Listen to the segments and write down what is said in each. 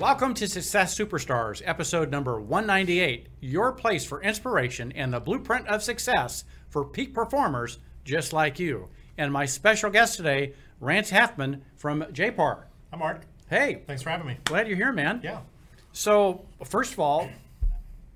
Welcome to Success Superstars, episode number 198, your place for inspiration and the blueprint of success for peak performers just like you. And my special guest today, Rance Halfman from JPAR. I'm Art. Hey, Thanks for having me. glad you're here, man. Yeah. So, first of all,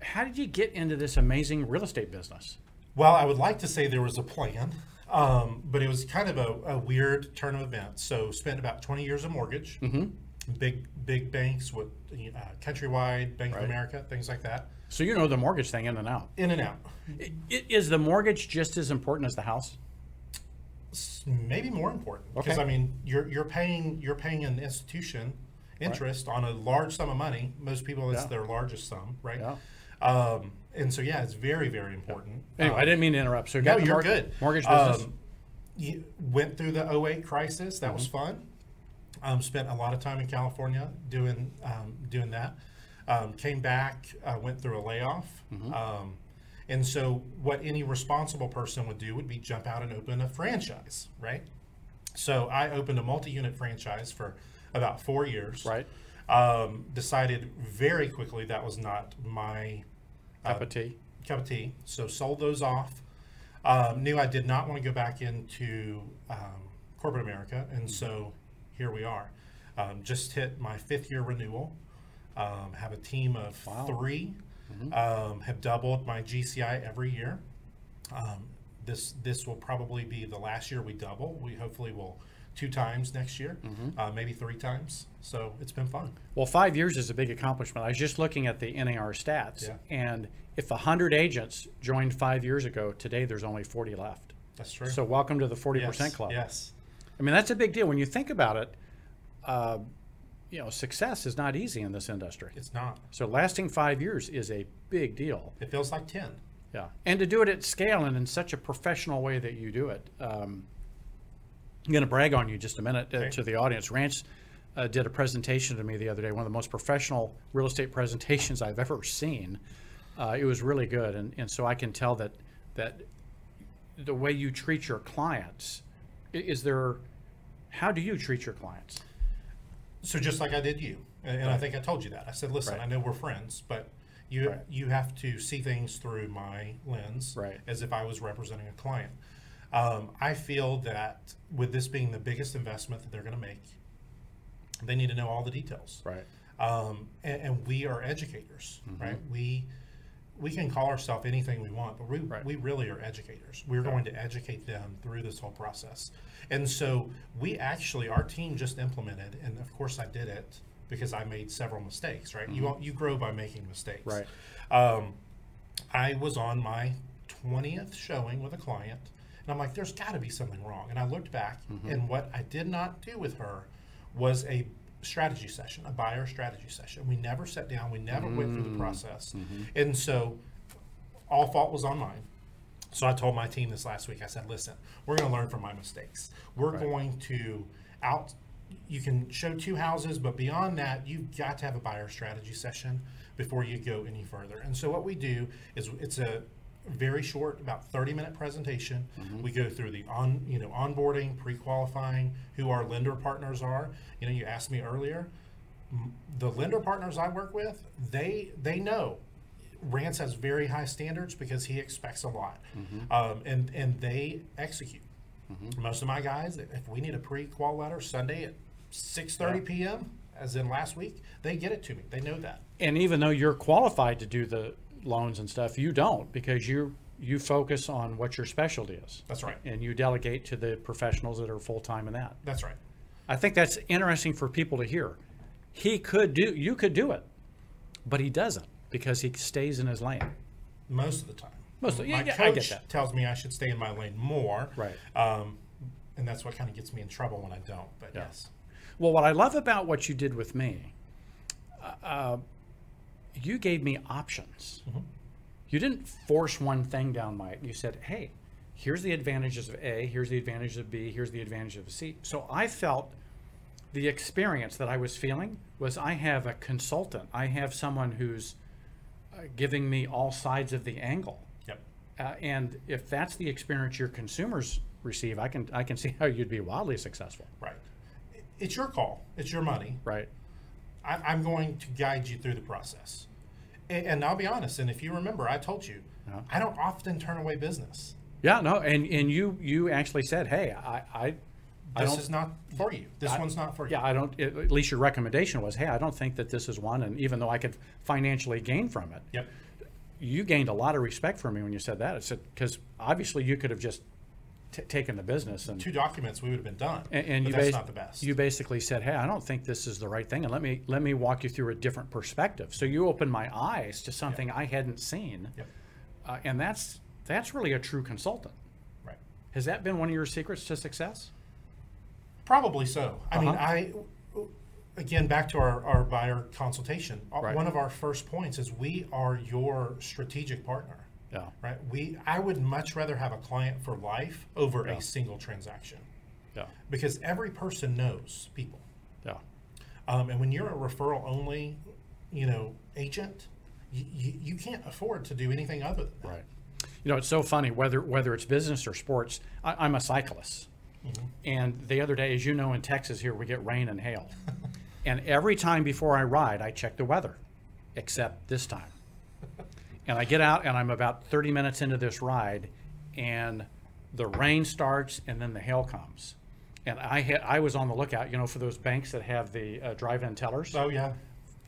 how did you get into this amazing real estate business? Well, I would like to say there was a plan, um, but it was kind of a, a weird turn of events. So, spent about 20 years of mortgage, Mm-hmm. big big banks with you know, uh, Countrywide, Bank Right. of America, things like that, So, you know the mortgage thing in and out. in and out. I- i- Is the mortgage just as important as the house? It's maybe more important because Okay. I mean, you're you're paying you're paying an institution interest on a large sum of money. Most people, it's Yeah. their largest sum, right? Yeah. Um, and so, yeah, it's very very important. Anyway, I didn't mean to interrupt. So, you got No, the you're mor- good. Mortgage business. Um, you went through the 08 crisis. That Mm-hmm. was fun. Um, spent a lot of time in California doing um, doing that. Um, came back, uh, went through a layoff. Mm-hmm. Um, and so, what any responsible person would do would be jump out and open a franchise, right? So, I opened a multi unit franchise for about four years. Right. Um, decided very quickly that was not my uh, cup of tea. cup of tea. So sold those off. Um, knew I did not want to go back into um, corporate America, and so here we are. Um, just hit my fifth year renewal. Um, have a team of three. Mm-hmm. Um, have doubled my GCI every year. Um, this this will probably be the last year we double. We hopefully will two times next year, Mm-hmm. uh, maybe three times. So it's been fun. Well, five years is a big accomplishment. I was just looking at the NAR stats, Yeah. and if 100 agents joined five years ago, today there's only 40 left. That's true. So, welcome to the 40% yes, club. Yes. I mean, that's a big deal. When you think about it, uh, you know, success is not easy in this industry. It's not. So, lasting five years is a big deal. It feels like ten. Yeah. And to do it at scale and in such a professional way that you do it. Um, I'm going to brag on you just a minute uh, Okay. to the audience. Ranch uh, did a presentation to me the other day, one of the most professional real estate presentations I've ever seen. Uh, it was really good. And, and so I can tell that, that the way you treat your clients, i- is there, how do you treat your clients? So just like I did you, and, and I think I told you that. I said, listen, Right. I know we're friends, but you Right. you have to see things through my lens, Right. as if I was representing a client. Um, I feel that with this being the biggest investment that they're going to make, they need to know all the details Right. um, and, and we are educators, Mm-hmm. right? We we can call ourselves anything we want, but we, Right. we really are educators. We're going to educate them through this whole process. And so we actually, our team just implemented, and of course I did it because I made several mistakes, right? You all You grow by making mistakes. Mm-hmm. Right. Um, I was on my 20th showing with a client, and I'm like, there's got to be something wrong. And I looked back, and what I did not do with her was a strategy session, a buyer strategy session. We never sat down, we never went through the process. And so all fault was on mine. So I told my team this last week. I said, "Listen, we're going to learn from my mistakes. We're going to out. You can show two houses, but beyond that, you've got to have a buyer strategy session before you go any further." And so what we do is it's a very short, about thirty-minute presentation. We go through the on, you know, onboarding, pre-qualifying, who our lender partners are. You know, you asked me earlier the lender partners I work with, they they know Rance has very high standards because he expects a lot, Mm-hmm. um, and and they execute. Most of my guys, if we need a pre-qual letter Sunday at six thirty p.m. as in last week, they get it to me. They know that. and even though you're qualified to do the loans and stuff, you don't because you you focus on what your specialty is. That's right. And you delegate to the professionals that are full time in that. That's right. I think that's interesting for people to hear. He could do you could do it, but he doesn't because he stays in his lane. Most of the time. Most of- yeah, my yeah, coach I get that. tells me I should stay in my lane more. Right. Um, and that's what kind of gets me in trouble when I don't. But Yeah. yes. Well, what I love about what you did with me, uh, you gave me options. You didn't force one thing down my. You said, "Hey, here's the advantages of A. Here's the advantages of B. Here's the advantage of C." So I felt the experience that I was feeling was I have a consultant. I have someone who's uh, giving me all sides of the angle. Yep. Uh, and if that's the experience your consumers receive, I can I can see how you'd be wildly successful. Right. It- It's your call. It's your money. Right. I, I'm going to guide you through the process. And, and I'll be honest, and if you remember, I told you, Yeah. I don't often turn away business. Yeah, no, and, and you you actually said, hey, I I, I This don't is not for you. This one's not for you. yeah, I don't. At at least your recommendation was, hey, I don't think that this is one, and even though I could financially gain from it, Yep. you gained a lot of respect from me when you said that. I said because obviously you could have just t- taken the business and Two documents, we would have been done. and, and but you that's bas- not the best. you basically said, hey, I don't think this is the right thing, and let me let me walk you through a different perspective. So you opened my eyes to something I hadn't seen, Yep. uh, and that's that's really a true consultant. Right. Has that been one of your secrets to success? Probably so. I mean, Uh-huh. I, again, back to our, our buyer consultation, uh, Right. one of our first points is we are your strategic partner, Yeah. right? We, I would much rather have a client for life over a single transaction Yeah. because every person knows people. Yeah. Um, and when you're a referral only, you know, agent, you, you, you can't afford to do anything other than that. Right. You know, it's so funny whether whether it's business or sports. I, I'm a cyclist, and the other day, as you know, in Texas here we get rain and hail, and every time before I ride, I check the weather, except this time. And I get out, and I'm about 30 minutes into this ride, and the rain starts, and then the hail comes, and I had I was on the lookout, you know, for those banks that have the uh, drive-in tellers Oh, yeah.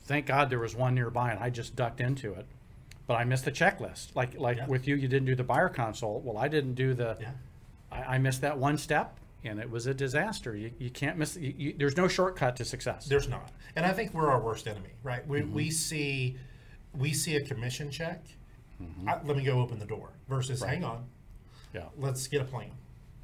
thank God there was one nearby and I just ducked into it. But I missed the checklist. Like like Yeah. with you, you didn't do the buyer consult. Well, I didn't do the. Yeah. I, I missed that one step, and it was a disaster. You, you can't miss. You, you, there's no shortcut to success. There's not, and I think we're our worst enemy, right? We, we see, we see a commission check. I, let me go open the door. Versus, hang on, Yeah, let's get a plan.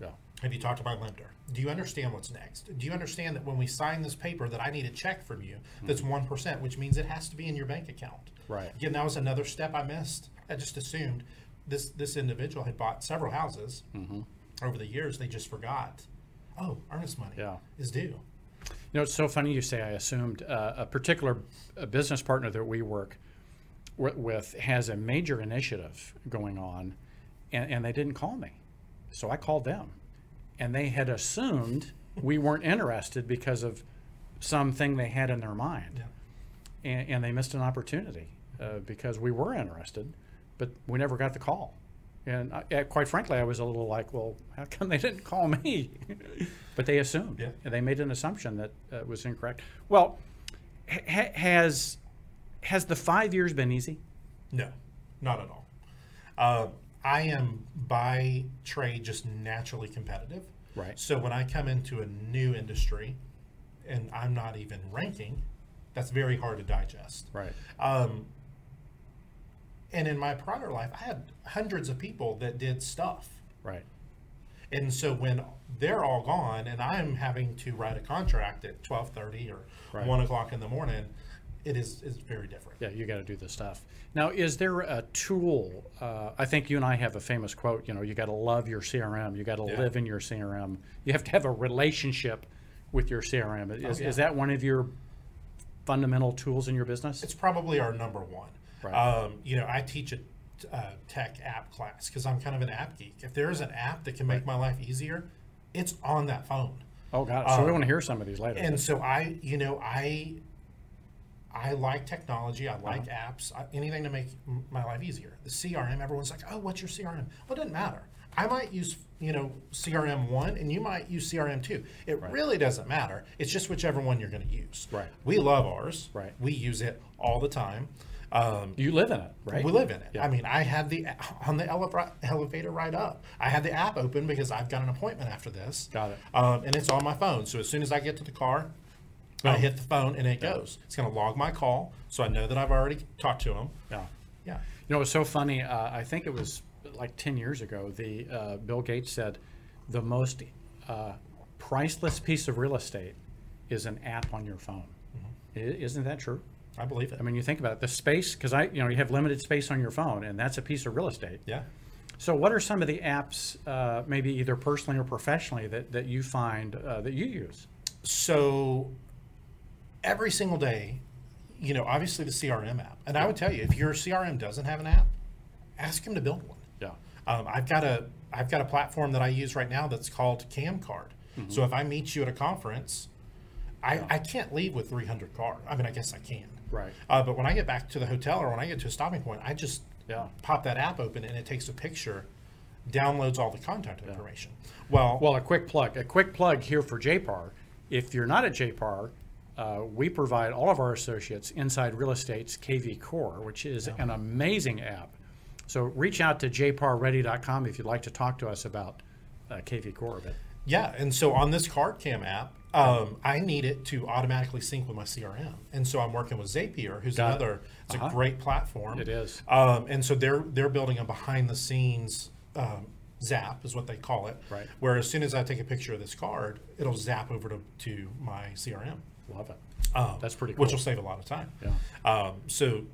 yeah, Have you talked to my lender? Do you understand what's next? Do you understand that when we sign this paper, that I need a check from you that's one percent, which means it has to be in your bank account. Hmm. Right. Again, that was another step I missed. I just assumed this this individual had bought several houses Mm-hmm. over the years. They just forgot. Oh, earnest money Yeah. is due. You know, it's so funny you say. I assumed uh, a particular uh business partner that we work wi- with has a major initiative going on, and, and they didn't call me, so I called them, and they had assumed we weren't interested because of something they had in their mind, and, and they missed an opportunity uh, because we were interested, but we never got the call. And I, eh, quite frankly, I was a little like, well, how come they didn't call me? but they assumed. Yeah. And they made an assumption that uh, was incorrect. Well, ha- ha- has has the five years been easy? No, not at all. Uh, I am by trade just naturally competitive. Right. So when I come into a new industry and I'm not even ranking, that's very hard to digest. Right. Um, and in my prior life, I had hundreds of people that did stuff. Right. And so when they're all gone and I'm having to write a contract at 1230 or Right. 1 o'clock in the morning, it is it's very different. Yeah, you got to do this stuff. Now, is there a tool? Uh, I think you and I have a famous quote. You know, you got to love your CRM. You got to Yeah. live in your CRM. You have to have a relationship with your CRM. Oh, Is, is that one of your fundamental tools in your business? it's probably our number one. Right. Um, you know, I teach a, a tech app class because I'm kind of an app geek. If there is an app that can make my life easier, it's on that phone. oh God, so we want to hear some of these later. Uh, And so I, you know, I, I like technology. I like Uh-huh. apps. I, anything to make m- my life easier. The CRM. Everyone's like, oh, what's your CRM? Well, it doesn't matter. I might use, you know, CRM one, and you might use CRM two. It really doesn't matter. It's just whichever one you're going to use. Right. We love ours. Right. We use it all the time. Um, you live in it, right? we live in it. Yeah. I mean, I had the on the eleva- elevator right up. I had the app open because I've got an appointment after this. Got it. Um, and it's on my phone. So as soon as I get to the car, Oh. I hit the phone and it goes. It's going to log my call, so I know that I've already talked to them. yeah. Yeah. You know, it's so funny. Uh, I think it was like 10 years ago, the uh, Bill Gates said the most uh, priceless piece of real estate is an app on your phone. I- Isn't that true? I believe it. I mean, you think about it, the space, because I, you know, you have limited space on your phone, and that's a piece of real estate. yeah. So, what are some of the apps, uh, maybe either personally or professionally, that, that you find uh, that you use? so every single day, you know, obviously the CRM app. And I would tell you, if your CRM doesn't have an app, ask him to build one. Yeah. Um, I've got a I've got a Mm-hmm. platform that I use right now that's called CamCard. So if I meet you at a conference, I, I can't leave with 300 cars. I mean, I guess I can. Right. Uh, but when I get back to the hotel or when I get to a stopping point, I just Yeah. pop that app open and it takes a picture, downloads all the contact information. Well, Well, a quick plug, a quick plug here for JPAR. If you're not at JPAR, uh, we provide all of our associates inside real estate's KV Core, which is an amazing app. So reach out to jparready.com if you'd like to talk to us about uh, KV Core. But Yeah, and so on this card cam app, um, I need it to automatically sync with my CRM, and so I'm working with Zapier, who's Got it. another. It's Uh-huh. a great platform. It is. um, and so they're they're building a behind the scenes. Um, Zap is what they call it. Right. Where as soon as I take a picture of this card, it'll zap over to, to my CRM, love it. um, That's pretty cool. which will save a lot of time. Yeah. Um, so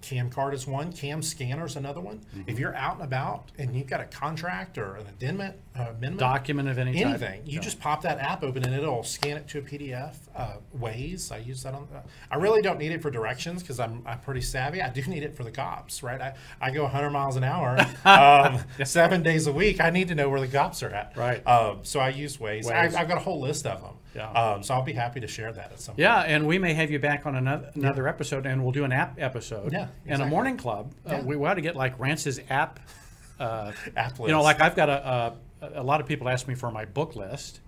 cam card is one, cam scanner is another one. Mm-hmm. If you're out and about and you've got a contract or an amendment, uh, amendment Document of any type. anything. You just pop that app open and it'll scan it to a PDF. Uh, Waze, I use that on. Uh, I really don't need it for directions because I'm, I'm pretty savvy. I do need it for the cops, right? I, I go 100 miles an hour, um, seven days a week. I need to know where the cops are at. Right. Um, so I use Waze. Waze. I, I've got a whole list of them. Yeah. Um, so I'll be happy to share that at some Yeah, and we may have you back on another another episode, and we'll do an app episode. Yeah, And a exactly. morning club. Uh, Yeah. we, we ought to get like Rance's app. Uh, app you list. know, like I've got a, a a lot of people ask me for my book list.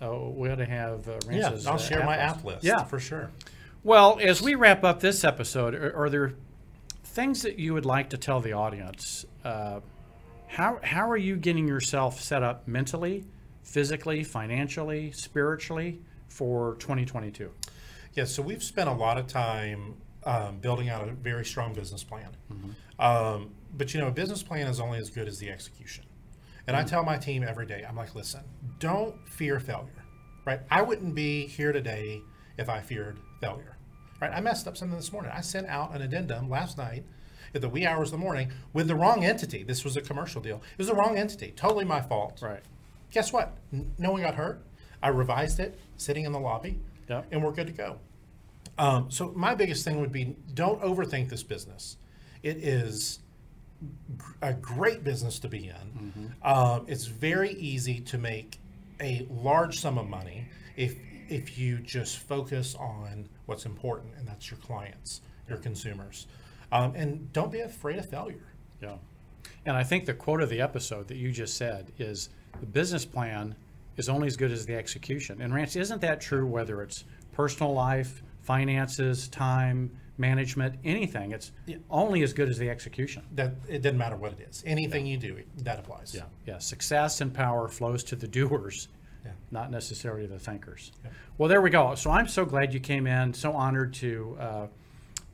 Uh, we ought to have uh, yeah, Rance's. I'll uh, share my app list. Yeah. for sure. Well, as we wrap up this episode, are, are there things that you would like to tell the audience? Uh, how how are you getting yourself set up mentally, physically, financially, spiritually for 2022? Yeah, so we've spent a lot of time um, building out a very strong business plan. Um, but you know, a business plan is only as good as the execution. And I tell my team every day, I'm like, listen, don't fear failure, right? I wouldn't be here today if I feared failure, right? I messed up something this morning. I sent out an addendum last night at the wee hours of the morning with the wrong entity. This was a commercial deal. It was the wrong entity. Totally my fault. Right. Guess what? N- No one got hurt. I revised it, sitting in the lobby, Yep. and we're good to go. Um, so my biggest thing would be don't overthink this business. It is gr- a great business to be Mm-hmm. in. Um, it's very easy to make a large sum of money if if you just focus on what's important, and that's your clients, your consumers, um, and don't be afraid of failure. Yeah. And I think the quote of the episode that you just said is the business plan is only as good as the execution. And Rance, isn't that true whether it's personal life, finances, time, management, anything? It's only as good as the execution. That it doesn't matter what it is. Anything you do, that applies. Yeah. Success and power flows to the doers, Yeah. not necessarily the thinkers. Yeah. Well, there we go. So I'm so glad you came in. So honored to. Uh,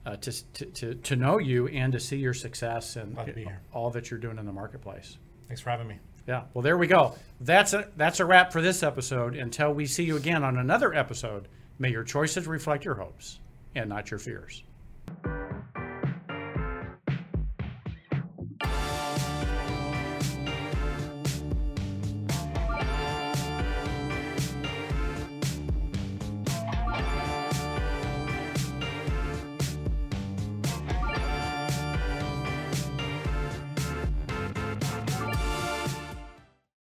uh, to, to, to, to know you and to see your success and Glad to be here. all that you're doing in the marketplace. Thanks for having me. Yeah. Well, there we go. That's a that's a wrap for this episode. Until we see you again on another episode, may your choices reflect your hopes and not your fears.